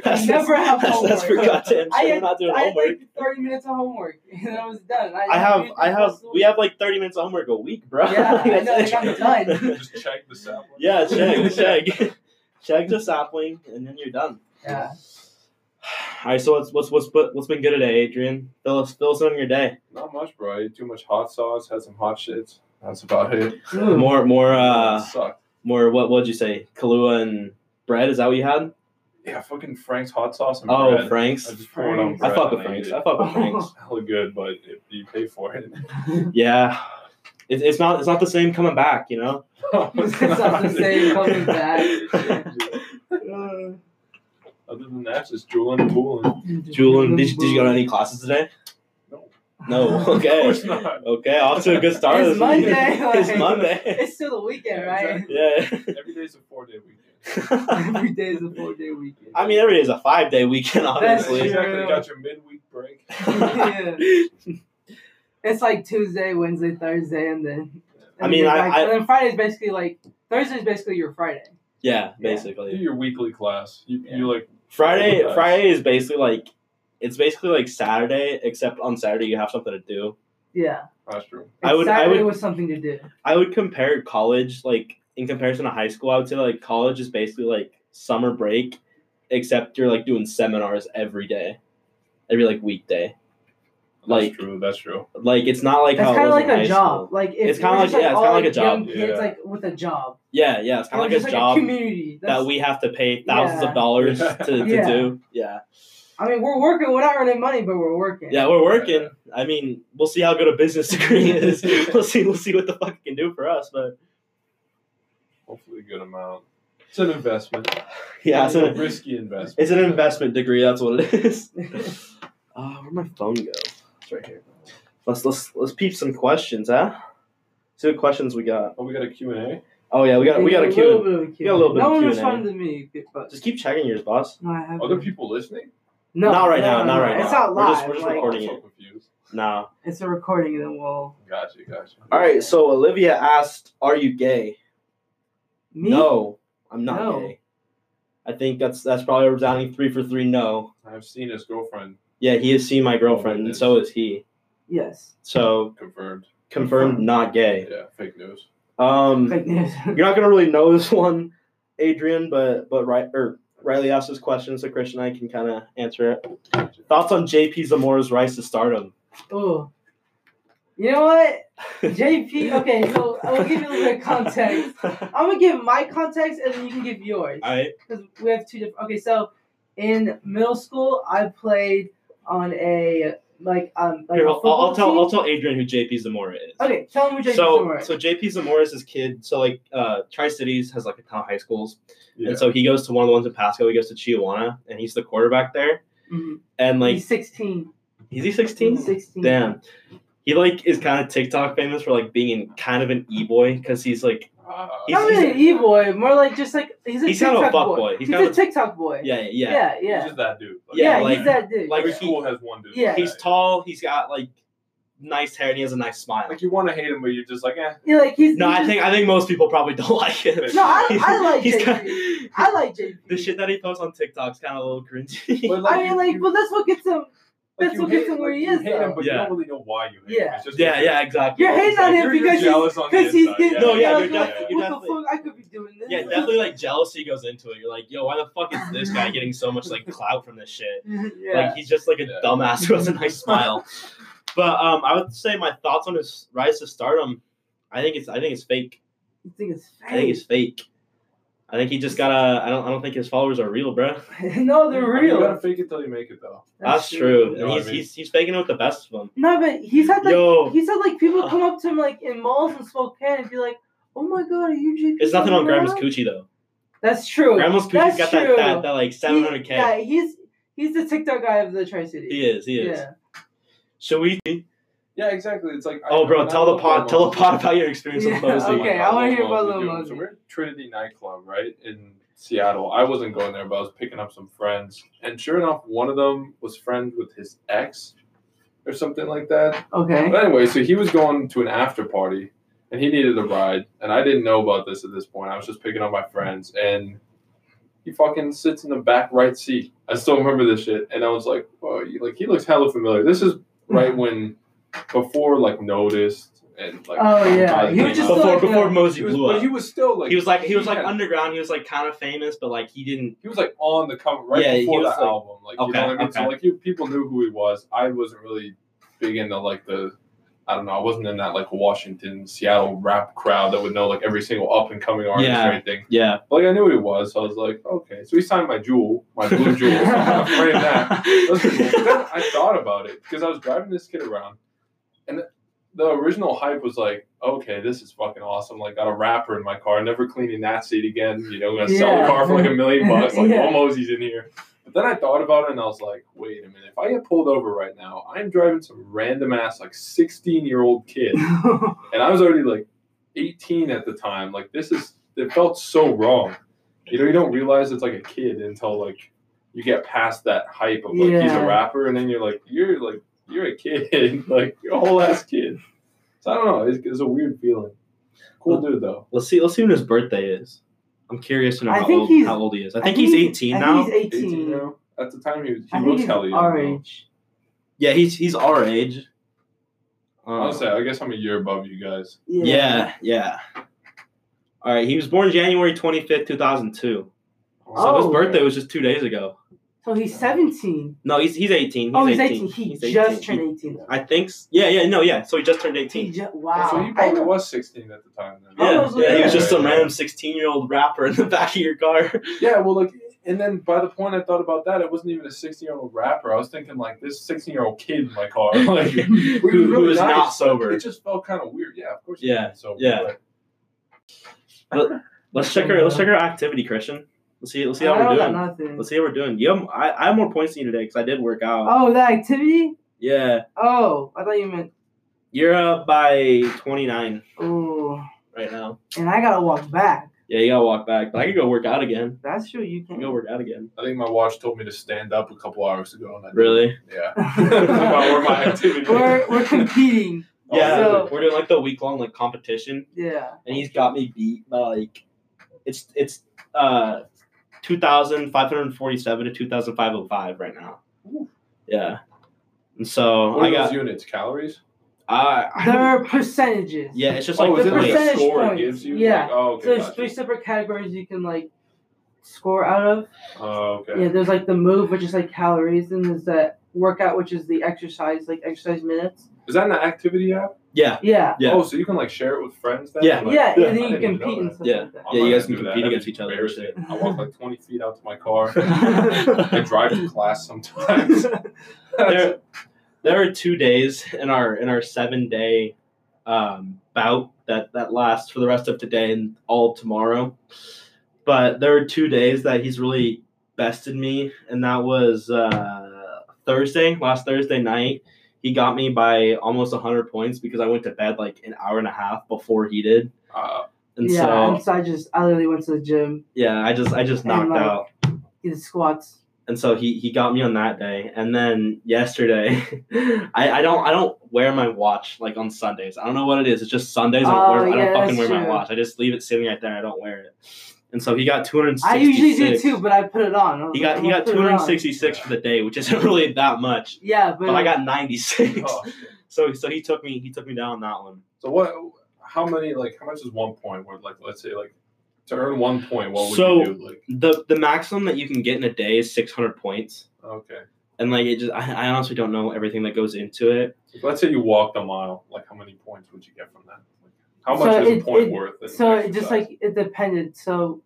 S1: that's,
S2: never have
S1: that's, That's for
S2: homework.
S1: goddamn
S2: I
S1: sure. We're
S2: had-
S1: not doing
S2: I had
S1: homework.
S2: like thirty minutes of homework and then I was done.
S1: I have, I have, we have like 30 minutes of homework a week, bro.
S2: Yeah, I know,
S1: That's
S2: like,
S1: it.
S2: I'm done.
S3: Just check the sample.
S1: yeah, check, check, check the sapling, and then you're done.
S2: Yeah.
S1: All right, so what's what's what's bu- what's been good today, Adrian? Fill us fill us in on your day.
S3: Not much, bro. I ate too much hot sauce. Had some hot shits. That's about it.
S2: Ooh.
S1: More more uh
S3: It sucked.
S1: more what what'd you say? Kahlua and bread? Is that what you had?
S3: Yeah, fucking Frank's hot sauce and
S1: Oh,
S3: bread. I
S1: Frank's.
S3: just pour it on
S1: I
S3: bread.
S1: fuck with
S3: and eat
S1: Frank's.
S3: it.
S1: I fuck with Frank's.
S3: Hella good, but if you pay for it,
S1: Yeah, it's, it's not it's not the same coming back, you know.
S2: It's not the same coming back.
S3: Other than that, just drooling and pooling.
S1: Julian, did, you- did you go to any classes today? No.
S3: Of
S1: Oh, Okay.
S3: course not.
S1: Okay, off to a good start.
S2: It's
S1: this week.
S2: Monday,
S1: it's
S2: like-
S1: Monday.
S2: It's still the weekend,
S3: Yeah,
S2: right?
S1: Yeah.
S3: Every day's a four day weekend.
S2: Every day is a four day weekend.
S1: I mean, every day is a five day weekend,
S2: That's
S1: obviously.
S3: Exactly.
S2: true.
S3: Got your midweek break.
S2: yeah. It's like Tuesday, Wednesday, Thursday, and then.
S1: I mean, I-
S2: and then like-
S1: I-
S2: and then Friday's basically like Thursday's basically your Friday.
S1: yeah,
S3: Do
S1: basically.
S3: your weekly class. You,
S2: Yeah.
S3: you like
S1: Friday
S3: Nice.
S1: Friday is basically like it's basically like Saturday, except on Saturday you have something to do.
S2: Yeah.
S3: classroom.
S1: I would- I
S2: Saturday
S1: would-
S2: was something to do.
S1: I would compare college like in comparison to high school, I would say like college is basically like summer break, except you're like doing seminars every day. Every like weekday. Like-
S3: that's true. That's true.
S1: Like it's not like
S2: That's
S1: how it
S2: kind of
S1: was
S2: like
S1: in high
S2: a job.
S1: school.
S2: Like if
S1: It's kinda
S2: we're just,
S1: like- yeah, it's
S2: all,
S1: kinda like a
S2: young
S1: job.
S2: Kids
S3: Yeah.
S2: like with a job.
S1: Yeah, yeah. It's kinda like
S2: It's
S1: a
S2: just
S1: job
S2: community. That's,
S1: that we have to pay thousands
S2: Yeah.
S1: of dollars to, to
S2: Yeah.
S1: do. Yeah.
S2: I mean, we're working. We're not earning money, but we're working.
S1: Yeah, we're working. I mean, we'll see how good a business degree is. we'll see we'll see what the fuck it can do for us, but
S3: Hopefully, a good amount. It's an investment.
S1: yeah, it's
S3: it's a
S1: an,
S3: risky investment.
S1: it's an investment degree, that's what it is. Uh, where'd my phone go? It's right here. Let's let's let's peep some questions, huh? See what questions we got.
S3: Oh, we got a Q and A.
S1: Oh yeah, we got we got a
S2: a
S1: queue.
S2: little bit of a Q.
S1: got a little bit
S2: no
S1: of
S2: one
S1: Q&A.
S2: responded to me, but
S1: Just keep checking yours, boss.
S2: no, I haven't.
S3: Other people listening?
S2: no,
S1: not right
S2: no,
S1: now,
S2: no,
S1: not
S2: no.
S1: right
S2: It's
S1: now.
S2: not
S1: We're
S2: live.
S1: just- we're just
S2: like,
S1: recording.
S3: I'm so
S1: it.
S3: confused.
S1: No.
S2: It's a recording. Then we'll
S3: Gotcha, gotcha.
S1: All right. So Olivia asked, "Are you gay?"
S2: me.
S1: No, I'm not
S2: No.
S1: gay. I think that's that's probably a resounding three for three. No.
S3: I've seen his girlfriend
S1: Yeah, he has seen my girlfriend, and so is he.
S2: Yes.
S1: So
S3: confirmed.
S1: confirmed, not gay.
S3: Yeah, fake news.
S1: Um,
S2: Fake news.
S1: You're not gonna really know this one, Adrian, but but right or Riley asked this question, so Chris and I can kind of answer it.
S3: Gotcha.
S1: Thoughts on JP Zamora's rise to stardom?
S2: Ooh. You know what? JP. Okay, so I'll give you a little bit of context. I'm gonna give my context, and then you can give yours.
S1: I
S2: because we have two different. Okay, so in middle school, I played on a like um like Oh,
S1: here,
S2: a
S1: I'll, I'll,
S2: football
S1: I'll tell
S2: team.
S1: I'll tell Adrian who JP Zamora is.
S2: okay, tell them which I
S1: so
S2: were.
S1: so JP Zamora is his kid. So like uh, Tri Cities has like a ton of high schools,
S3: Yeah.
S1: and so he goes to one of the ones in Pasco. He goes to Chihuahua, and he's the quarterback there.
S2: Mhm.
S1: And like,
S2: He's sixteen.
S1: is he
S2: He's
S1: 16?
S2: Sixteen.
S1: Damn. He like is kind of TikTok famous for like being in kind of an e boy because he's like
S3: Ah.
S1: He's-
S2: Not really an e boy, more like just like he's a
S1: he's kind of
S2: TikTok
S1: a fuck boy.
S2: boy.
S1: He's,
S2: He's
S1: kind
S2: a
S1: of a,
S2: TikTok boy.
S1: yeah, yeah
S2: yeah,
S3: He's
S2: yeah.
S3: just that dude. Like,
S1: Yeah,
S2: Yeah,
S1: like-
S2: he's that dude.
S1: like-
S3: every
S1: he-
S3: school has one dude.
S2: yeah.
S3: like
S1: He's
S3: that.
S1: tall. He's got like nice hair and he has a nice smile.
S3: Like you want to hate him, but you're just like, eh.
S2: yeah, like he's.
S1: no,
S2: he's
S1: I
S2: just-
S1: think I think most people probably don't like him.
S3: No, I-
S2: I like
S1: he's
S2: JP.
S1: kinda-
S2: I like JP.
S1: the shit that he posts on TikTok's kind of a little cringy.
S3: But, like,
S2: I mean, like,
S3: you-
S2: but that's what gets him.
S3: like,
S2: that's
S3: you
S2: what gets
S3: hate-
S2: him where
S3: like,
S2: he
S3: you
S2: is,
S3: hate him,
S2: though.
S3: but
S1: Yeah.
S3: you don't really know why you hate him.
S2: Yeah.
S3: It's just
S1: yeah,
S3: you're-
S1: yeah, exactly.
S2: You're hating on
S3: Like,
S2: him
S3: you're,
S2: because
S3: you're
S2: he's
S3: jealous on the
S2: because he's
S3: inside,
S2: getting.
S1: No, yeah,
S2: jealous,
S1: you're
S2: like,
S1: def- you're
S2: what the
S1: definitely-
S2: fuck? I could be doing this.
S1: Yeah, definitely like jealousy goes into it. You're like, yo, why the fuck is this guy getting so much like clout from this shit?
S2: yeah.
S1: Like he's just like a
S3: Yeah.
S1: dumbass who has a nice smile. But um, I would say my thoughts on his rise to stardom, I think it's I think it's fake.
S2: You think it's fake?
S1: I think it's fake. I think he just got a. I don't. I don't think his followers are real, bro.
S2: no, Oh, they're
S3: You gotta
S2: real.
S3: fake it till you make it, though.
S1: That's true.
S3: You know
S1: And
S3: what I
S1: he's,
S3: mean?
S1: he's he's faking it with the best of them.
S2: No, but he's had like
S1: Yo,
S2: he's had like people
S3: Ah.
S2: come up to him like in malls in Spokane and be like, "Oh my god, are you JP?"
S1: it's nothing on
S2: Zamora?"
S1: Grandma's coochie though.
S2: That's true.
S1: Grandma's coochie's
S2: That's
S1: got that,
S2: true.
S1: that that like seven hundred
S2: He- Yeah,
S1: k.
S2: he's he's the TikTok guy of the Tri City.
S1: He is. He is.
S2: Yeah.
S1: Should we?
S3: Yeah, exactly. It's like I-
S1: Oh,
S3: I
S1: bro,
S3: love
S1: tell the pod. Tell the
S3: Lil
S1: pod
S3: Mosey.
S1: about your experience
S2: Yeah,
S1: with Mosey.
S2: okay. I wanna hear about Lil
S3: dude.
S2: Mosey.
S3: So we're at Trinity nightclub, right in Seattle. I wasn't going there, but I was picking up some friends, and sure enough, one of them was friends with his ex, or something like that.
S2: Okay.
S3: But anyway, so he was going to an after party and he needed a ride. And I didn't know about this at this point. I was just picking up my friends and he fucking sits in the back right seat. I still remember this shit. And I was like, oh, you- like he looks hella familiar. This is right when, before like noticed and like.
S2: Oh, yeah.
S3: I
S2: He was
S3: came
S2: just
S3: out.
S1: Before
S2: like,
S1: before
S2: uh,
S1: Mosey
S3: He was,
S1: blew
S3: but
S1: up,
S3: he was still like
S1: he was like he was like
S3: had-
S1: underground. He was like kind of famous, but like he didn't.
S3: he was like on the cover right
S1: Yeah, he
S3: before the
S1: was, like-
S3: album. Like you
S1: Okay,
S3: know what I mean? So
S1: okay.
S3: like you people knew who he was. I wasn't really big into like the I don't know. I wasn't in that like Washington, Seattle rap crowd that would know like every single up and coming artist
S1: Yeah.
S3: or anything.
S1: Yeah.
S3: Like I knew what it was, so I was like, okay. So he signed my jewel, my blue jewel. So I'm not afraid of that. That was pretty cool. But then I thought about it because I was driving this kid around, and the, the original hype was like, okay, this is fucking awesome. Like, got a wrapper in my car, never cleaning that seat again. You know, gonna sell the
S2: Yeah.
S3: car for like a million bucks. Like,
S2: Yeah.
S3: almost he's in here. But then I thought about it and I was like, wait a minute. If I get pulled over right now, I'm driving some random ass like 16 year old kid, and I was already like 18 at the time. Like, this is it felt so wrong. You know, you don't realize it's like a kid until like you get past that hype of like he's a
S2: Yeah.
S3: rapper, and then you're like, you're like, you're a kid, like you're a whole ass kid. So I don't know. It's, it's a weird feeling. Cool dude though.
S1: Let's see. Let's see when his birthday is. I'm curious to know
S2: I
S1: how
S2: think
S1: old,
S2: he's-
S1: how old he is. I
S2: I
S1: think
S2: think
S1: he's
S2: he's-
S1: 18
S2: I
S1: now.
S2: think he's 18.
S3: 18 now. At the time, he was he
S2: I think
S3: looks
S2: he's
S3: hell young.
S2: our
S3: though.
S2: age.
S1: Yeah, he's he's our age. Um,
S3: I'll say, I guess I'm a year above you guys.
S2: Yeah.
S1: yeah, yeah. All right, he was born January 25th, 2002. So his
S2: Oh.
S1: birthday was just two days ago.
S2: So he's 17.
S1: No, he's he's 18. He's
S2: oh, he's
S1: 18.
S2: 18. He
S1: He's 18.
S2: just turned
S1: He-
S2: 18.
S1: I think. s- Yeah, yeah, no, yeah. So he just turned
S2: He
S1: 18.
S2: ju- wow. Oh,
S3: So he
S2: I
S3: probably
S2: know.
S3: was 16 at the time. Then.
S2: I
S1: Yeah,
S2: was
S1: yeah, he was
S2: like-
S1: just some random 16 year old rapper in the back of your car.
S3: Yeah, well, like, and then by the point I thought about that, it wasn't even a 16 year old rapper. I was thinking, like, this 16 year old kid in my car. Like,
S1: who,
S3: we were
S1: who
S3: really
S1: is
S3: nice,
S1: not
S3: but
S1: sober.
S3: It just felt kind of weird. Yeah, of course.
S1: Yeah,
S3: So
S1: yeah. Let's check our let's check our activity, Christian. Let's see let's see how
S2: I
S1: we're
S2: don't
S1: doing.
S2: got nothing.
S1: Let's see how we're doing. You have, I, I have more points than you today because I did work out.
S2: Oh, that activity?
S1: Yeah,
S2: Oh, I thought you meant.
S1: you're up by 29
S2: Oh,
S1: right now.
S2: and I gotta walk back.
S1: Yeah, you gotta walk back, but I could go work out again.
S2: That's true. You
S1: I
S2: can
S1: can go work out again.
S3: I think my watch told me to stand up a couple hours ago. And I did.
S1: Really?
S3: Yeah. That's about where my activity Oh,
S2: we're we're competing.
S1: Yeah,
S2: So-
S1: we're doing like the week long like competition,
S2: Yeah.
S1: and he's got me beat by like, it's it's uh, two thousand five hundred forty seven to two thousand five hundred five right now.
S3: Ooh.
S1: Yeah, and so
S3: What
S1: I
S3: are
S1: got
S3: those units? Calories?
S1: I, I
S2: There
S1: don't-
S2: are percentages.
S1: yeah, it's just
S3: oh,
S1: like the
S3: is it like a
S1: weight.
S2: percentage
S3: score it
S2: points.
S3: gives you?
S2: Yeah.
S3: Like, oh,
S2: So
S3: okay.
S2: there's
S3: gotcha.
S2: three separate categories you can like score out of.
S3: Oh, okay.
S2: Yeah, there's like the move, which is like calories, and there's that workout, which is the exercise, like exercise minutes.
S3: Is that an activity app?
S1: yeah,
S2: Yeah.
S1: Yeah.
S3: Oh, so you can, like, share it with friends then?
S1: Yeah.
S3: Like,
S2: Yeah,
S1: yeah,
S2: and
S3: I
S2: then you
S3: didn't even
S2: compete
S3: know
S2: and
S3: that.
S2: stuff
S1: Yeah.
S2: like that.
S3: I'm
S1: Yeah, you
S3: not
S1: guys
S3: gonna
S1: can
S3: do
S1: compete
S3: that. That'd
S1: against
S3: be
S1: each other and
S3: embarrassing.
S1: shit.
S3: I walk like 20 feet out to my car. I
S1: there
S3: drive to class sometimes.
S1: There- there are two days in our in our seven day um, bout that that lasts for the rest of today and all of tomorrow. But there are two days that he's really bested me, and that was uh, Thursday, last Thursday night. He got me by almost 100 points because I went to bed like an hour and a half before he did,
S3: Uh,
S1: and
S2: yeah,
S1: so
S2: and so I just I literally went to the gym,
S1: yeah, I just I just
S2: And,
S1: knocked
S2: like,
S1: out.
S2: did squats.
S1: and so he he got me on that day and then yesterday I, I don't i don't wear my watch like on sundays i don't know what it is it's just sundays i don't,
S2: Oh,
S1: wear, I
S2: yeah,
S1: don't fucking wear
S2: that's
S1: my
S2: true.
S1: watch i just leave it sitting right there i don't wear it and so he got 266
S2: I usually do too, but I put it on. I was
S1: he
S2: like,
S1: got
S2: I'm
S1: he
S2: gonna
S1: got
S2: put it on.
S1: 266 for the day which isn't really that much
S2: Yeah, but,
S1: but i got 96
S3: oh, shit.
S1: so so he took me he took me down on that one
S3: So what? How many? Like how much is one point? What like let's say like to earn one point, what would
S1: So-
S3: you do? Like
S1: the the maximum that you can get in a day is 600 points
S3: okay,
S1: and like it just i, I honestly don't know everything that goes into it
S3: If, let's say you walked a mile. Like how many points would you get from that? Like, how
S2: So
S3: much is
S2: it-
S3: a point
S2: it-
S3: worth? in
S2: so it just
S3: exercise?
S2: like it depended. So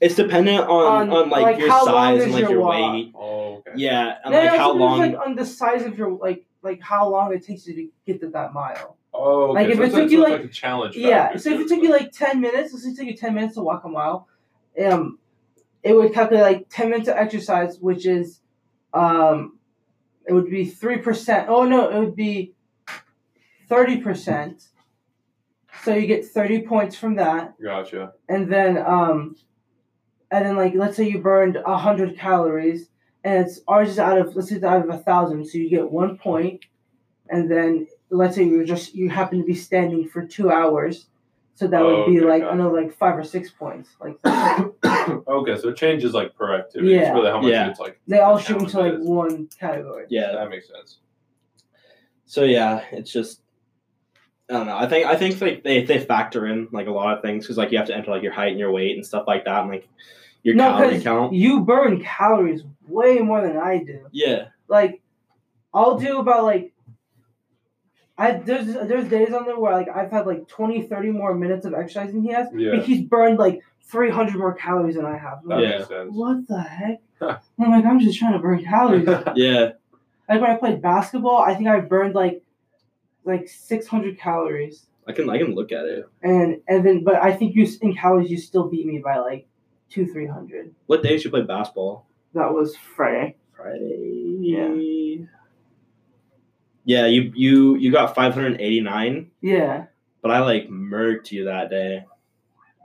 S1: it's dependent on on,
S2: On,
S1: like,
S2: like,
S1: your
S2: how long
S1: size
S2: is
S1: and like
S2: your
S1: your
S2: walk?
S1: weight
S3: oh okay.
S1: Yeah, and
S2: No,
S1: like
S2: no,
S1: how
S2: so there's,
S1: long?
S2: like on the size of your like like how long it takes you to get to that mile.
S3: Oh, okay.
S2: Like, if
S3: so
S2: it
S3: it's
S2: took
S3: it's
S2: you,
S3: a challenge.
S2: Yeah.
S3: factor
S2: So if
S3: too,
S2: it took you like ten minutes, let's say it took you ten minutes to walk a mile, um, it would calculate like ten minutes of exercise, which is, um, it would be three percent. Oh no, it would be thirty percent. So you get thirty points from that.
S3: gotcha.
S2: and then um and then like let's say you burned 100 calories and it's ours is out of let's say it's out of a thousand so you get one point and then let's say you're just you happen to be standing for two hours so that would be
S3: Okay,
S2: like
S3: gotcha.
S2: another like five or six points like
S3: okay, so it changes like per activity. It's
S2: Yeah.
S3: really how much
S1: Yeah.
S3: it's like.
S2: they all shoot into
S3: Challenge
S2: like
S3: is.
S2: one category
S1: yeah.
S3: That makes sense.
S1: So yeah, it's just I don't know. I think I think like they they factor in like a lot of things because like you have to enter like your height and your weight and stuff like that and like your
S2: No,
S1: calorie
S2: 'cause-
S1: count.
S2: you burn calories way more than i do
S1: Yeah,
S2: like I'll do about like I there's there's days on there where like I've had like 20, 30 more minutes of exercise than he has,
S3: Yeah.
S2: but he's burned like three hundred more calories than I have. I'm
S3: That
S2: like,
S1: Yeah.
S3: makes sense.
S2: What the heck? I'm like, I'm just trying to burn calories.
S1: Yeah.
S2: like when I played basketball, I think I burned like like six hundred calories,
S1: I can I can look at it.
S2: and and then but I think you in calories you still beat me by like two, three hundred.
S1: What day should you play basketball?
S2: That was Friday.
S1: Friday. Yeah. Yeah, you you you got 589,
S2: Yeah,
S1: but I like murked you that day.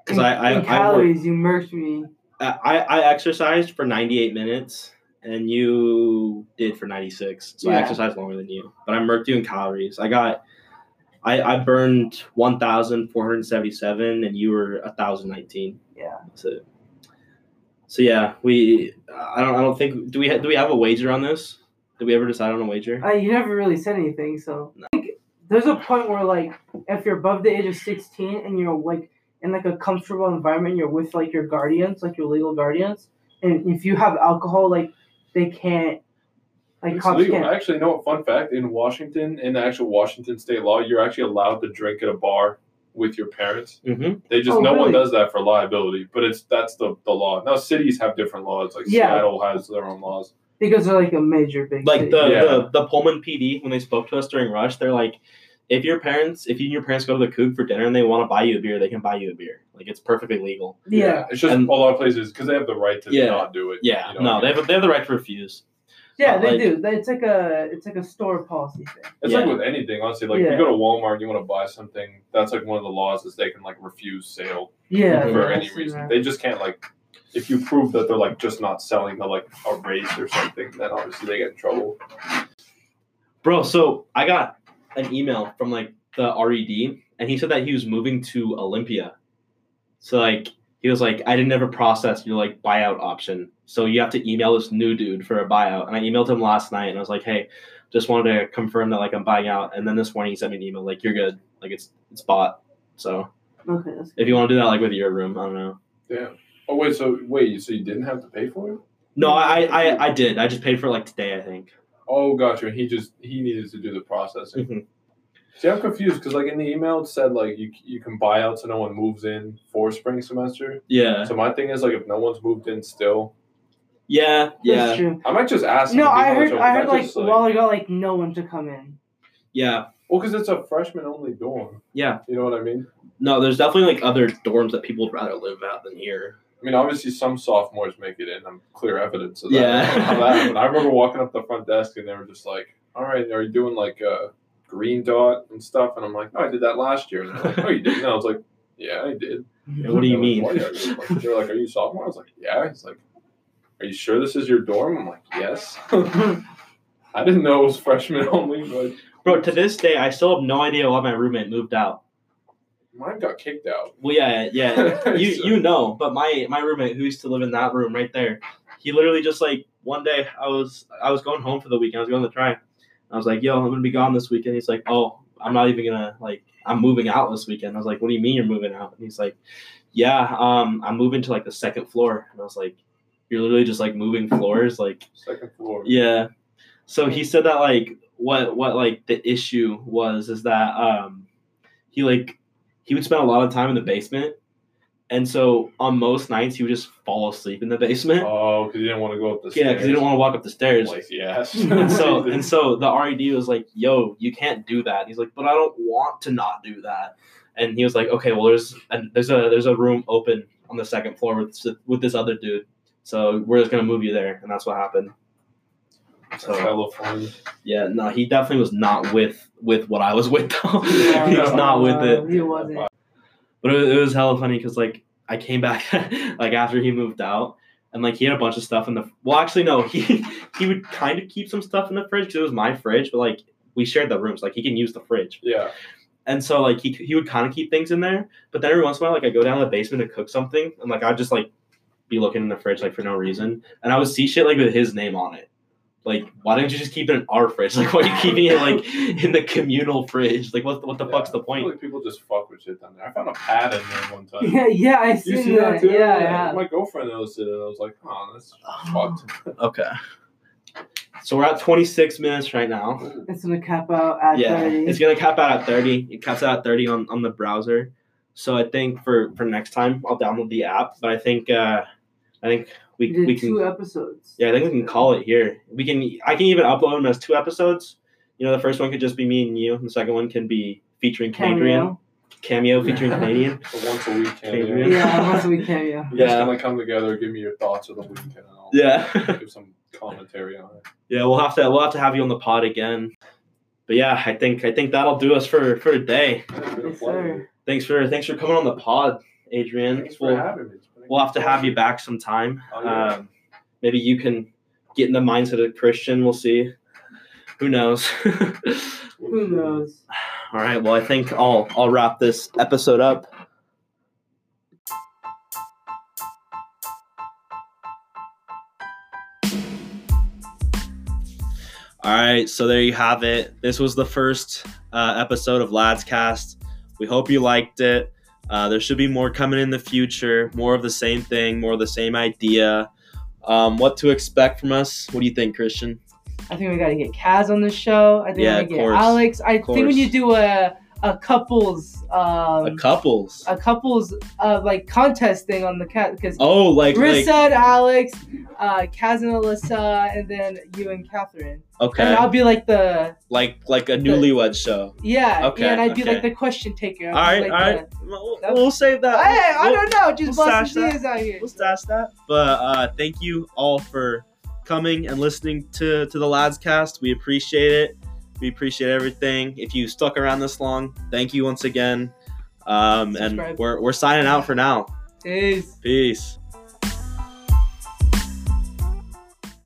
S1: Cause
S2: In-
S1: I I, I,
S2: in
S1: worked,
S2: calories you murked me.
S1: Uh, I I exercised for 98 minutes and you did for 96. So I
S2: Yeah.
S1: exercised longer than you, but I murked you in calories. I got I I burned 1,477 and you were 1,019.
S2: Yeah.
S1: That's it. So yeah, we. uh, I don't. I don't think. Do we? Ha- do we have a wager on this? Did we ever decide on a wager?
S2: I, Uh, you never really said anything, so
S1: No.
S2: like, there's a point where like if you're above the age of sixteen and you're like in like a comfortable environment, you're with like your guardians, like your legal guardians, and if you have alcohol, like they can't, like
S3: It's
S2: cops
S3: legal.
S2: can't.
S3: Actually, no. Fun fact: in Washington, in the actual Washington state law, you're actually allowed to drink at a bar with your parents.
S1: Mm-hmm.
S3: They just
S2: Oh,
S3: no
S2: really?
S3: one does that for liability, but it's that's the the law. Now cities have different laws. Like
S2: Yeah.
S3: Seattle has their own laws.
S2: Because they're like a major big
S1: Like
S2: city.
S1: the,
S3: Yeah.
S1: the the Pullman PD when they spoke to us during rush, they're like, if your parents, if you and your parents go to the coop for dinner and they want to buy you a beer, they can buy you a beer. Like it's perfectly legal.
S2: yeah
S3: It's just
S1: And-
S3: a lot of places because they have the right to
S1: Yeah.
S3: not do it.
S1: Yeah.
S3: you know what
S1: no,
S3: I
S1: they
S3: mean?
S1: have they have the right to refuse.
S2: yeah they
S1: like-
S2: do. They- It's like a it's like a store policy thing.
S3: It's
S1: Yeah.
S3: like with anything, honestly. Like
S2: Yeah.
S3: you go to Walmart and you want to buy something, that's like one of the laws is they can like refuse sale
S2: Yeah,
S1: Mhm.
S3: for
S2: I've
S3: any
S2: seen
S3: reason.
S2: that.
S3: They just can't like if you prove that they're like just not selling to like a race or something, then obviously they get in trouble.
S1: Bro, so I got an email from like the RED, and he said that he was moving to Olympia. So like he was like, I didn't ever process your like buyout option, so you have to email this new dude for a buyout. And I emailed him last night, and I was like, Hey, just wanted to confirm that like I'm buying out. And then this morning he sent me an email like, You're good, like it's it's bought. So
S2: Okay, that's
S1: if you want to do that like with your room, I don't know.
S3: Yeah. Oh wait, so wait, so you didn't have to pay for it?
S1: No, I I I did. I just paid for it, like today, I think.
S3: Oh, gotcha. And he just he needed to do the processing.
S1: Mhm.
S3: See, I'm confused because like in the email it said like you you can buy out so no one moves in for spring semester.
S1: Yeah,
S3: So my thing is like if no one's moved in still,
S1: yeah,
S2: That's
S1: yeah,
S2: true.
S3: I might just ask.
S2: No,
S3: if he
S2: I
S3: knows
S2: heard
S3: or-
S2: I heard like
S3: just,
S2: a while ago like no one to come in.
S1: yeah,
S3: well because it's a freshman only dorm.
S1: yeah.
S3: You know what I mean?
S1: No, there's definitely like other dorms that people would rather live at than here.
S3: I mean, obviously, some sophomores make it in. I'm clear evidence of that.
S1: Yeah.
S3: How that happened. I remember walking up the front desk and they were just like, "All right, are you doing like a green dot and stuff?" And I'm like, "No, I did that last year." And they're like, "No, you didn't." And I was like, "Yeah, I did."
S1: Yeah, what do you
S3: And I
S1: mean?
S3: was like, "Why are you-" Like, they were like, "Are you a sophomore?" I was like, "Yeah." He's like, "Are you sure this is your dorm?" I'm like, "Yes." I didn't know it was freshman only, but
S1: Bro, to this day, I still have no idea why my roommate moved out.
S3: mine got kicked out.
S1: Well, yeah, yeah, you
S3: So-
S1: you know, but my my roommate who used to live in that room right there, he literally just like one day I was I was going home for the weekend, I was going to try, I was like, yo, I'm gonna be gone this weekend. He's like, oh, I'm not even gonna like I'm moving out this weekend. I was like, what do you mean you're moving out? And he's like, yeah, um, I'm moving to like the second floor, and I was like, you're literally just like moving floors, like
S3: second floor.
S1: Yeah. So he said that like what what like the issue was is that um he like he would spend a lot of time in the basement. And so on most nights he would just fall asleep in the basement.
S3: Oh, because you didn't want to go up the stairs.
S1: yeah, because he didn't want to walk up the stairs.
S3: Lazy ass.
S1: and so and so the RED was like, "Yo, you can't do that." He's like, "But I don't want to not do that." And he was like, "Okay, well, there's and there's a there's a room open on the second floor with s- with this other dude, so we're just gonna move you there." And that's what happened. So
S3: California.
S1: Yeah, no, he definitely was not with with what I was with though.
S2: Yeah,
S1: he was not with it.
S2: He wasn't.
S1: But it was, it was hella funny because like I came back like after he moved out, and like he had a bunch of stuff in the. Well, actually, no, he he would kind of keep some stuff in the fridge because it was my fridge, but like we shared the rooms, like he can use the fridge,
S3: Yeah.
S1: and so like he he would kind of keep things in there. But then every once in a while, like I go down to the basement to cook something, and like I just like be looking in the fridge like for no reason, and I would see shit like with his name on it. Like, why don't you just keep it in our fridge? Like, why are you keeping it like in the communal fridge? Like, what what the
S3: Yeah.
S1: fuck's the
S3: I feel
S1: point?
S3: like people just fuck with shit down there. I found a pad in there one time.
S2: Yeah, yeah, I
S3: You
S2: seen
S3: see that,
S2: that.
S3: too?
S2: Yeah, yeah.
S3: My girlfriend noticed it, and I was like, "Oh, that's fucked."
S1: Okay. So we're at 26 minutes right now.
S2: It's gonna cap out at
S1: yeah,
S2: 30.
S1: it's gonna cap out at 30. It caps out at 30 on, on the browser. So I think for for next time I'll download the app. But I think uh, I think we
S2: We did
S1: we can
S2: two episodes.
S1: yeah I think we can call it here. We can I can even upload them as two episodes. You know, the first one could just be me and you. and The second one can be featuring Canadian
S2: Cameo.
S1: cameo featuring Canadian.
S3: A once a week
S1: Yeah.
S3: cameo.
S2: Yeah, once a week cameo.
S3: You guys
S1: Yeah.
S3: can like come together, give me your thoughts of the weekend, and I'll
S1: Yeah,
S3: give some commentary on it.
S1: yeah. We'll have to we'll have to have you on the pod again. But yeah, I think I think that'll do us for for today.
S3: It's been a
S2: Yes,
S3: pleasure.
S1: Thanks for thanks for coming on the pod, Adrian.
S3: Thanks for
S1: We'll,
S3: having me. It's been a
S1: we'll have to have
S3: pleasure.
S1: you back sometime.
S3: Oh, yeah.
S1: Um, maybe you can get in the mindset of Christian. We'll see. Who knows?
S2: Who knows?
S1: All right. Well, I think I'll I'll wrap this episode up. All right, so there you have it. This was the first uh, episode of Lads Cast. We hope you liked it. Uh, there should be more coming in the future, more of the same thing, more of the same idea. Um, what to expect from us? What do you think, Christian?
S2: I think we gotta get Kaz on the show. I think
S1: Yeah,
S2: we gotta
S1: of
S2: get
S1: course.
S2: Alex. I think
S1: course.
S2: when you do a a couples um
S1: a couples.
S2: a couples uh, like contest thing on the cat because
S1: oh, like, like
S2: Rissa and Alex, uh, Kaz and Alyssa, and then you and Catherine. And
S1: okay,
S2: I'll be like the
S1: like like a newlywed show.
S2: yeah,
S1: Okay,
S2: yeah, and I'd be
S1: okay.
S2: like the question taker. I'd
S1: All
S2: be
S1: right,
S2: like
S1: all right.
S2: that-
S1: We'll, we'll save
S2: the-
S1: that.
S2: Hey, I
S1: We'll-
S2: don't know, just
S1: we'll
S2: bust
S1: stash that.
S2: ideas out here.
S1: we'll stash that. But uh, thank you all for coming and listening to to the Lads Cast. We appreciate it. We appreciate everything. If you stuck around this long, thank you once again. Um, and
S2: Subscribe.
S1: we're, we're signing out for now.
S2: Peace.
S1: Peace.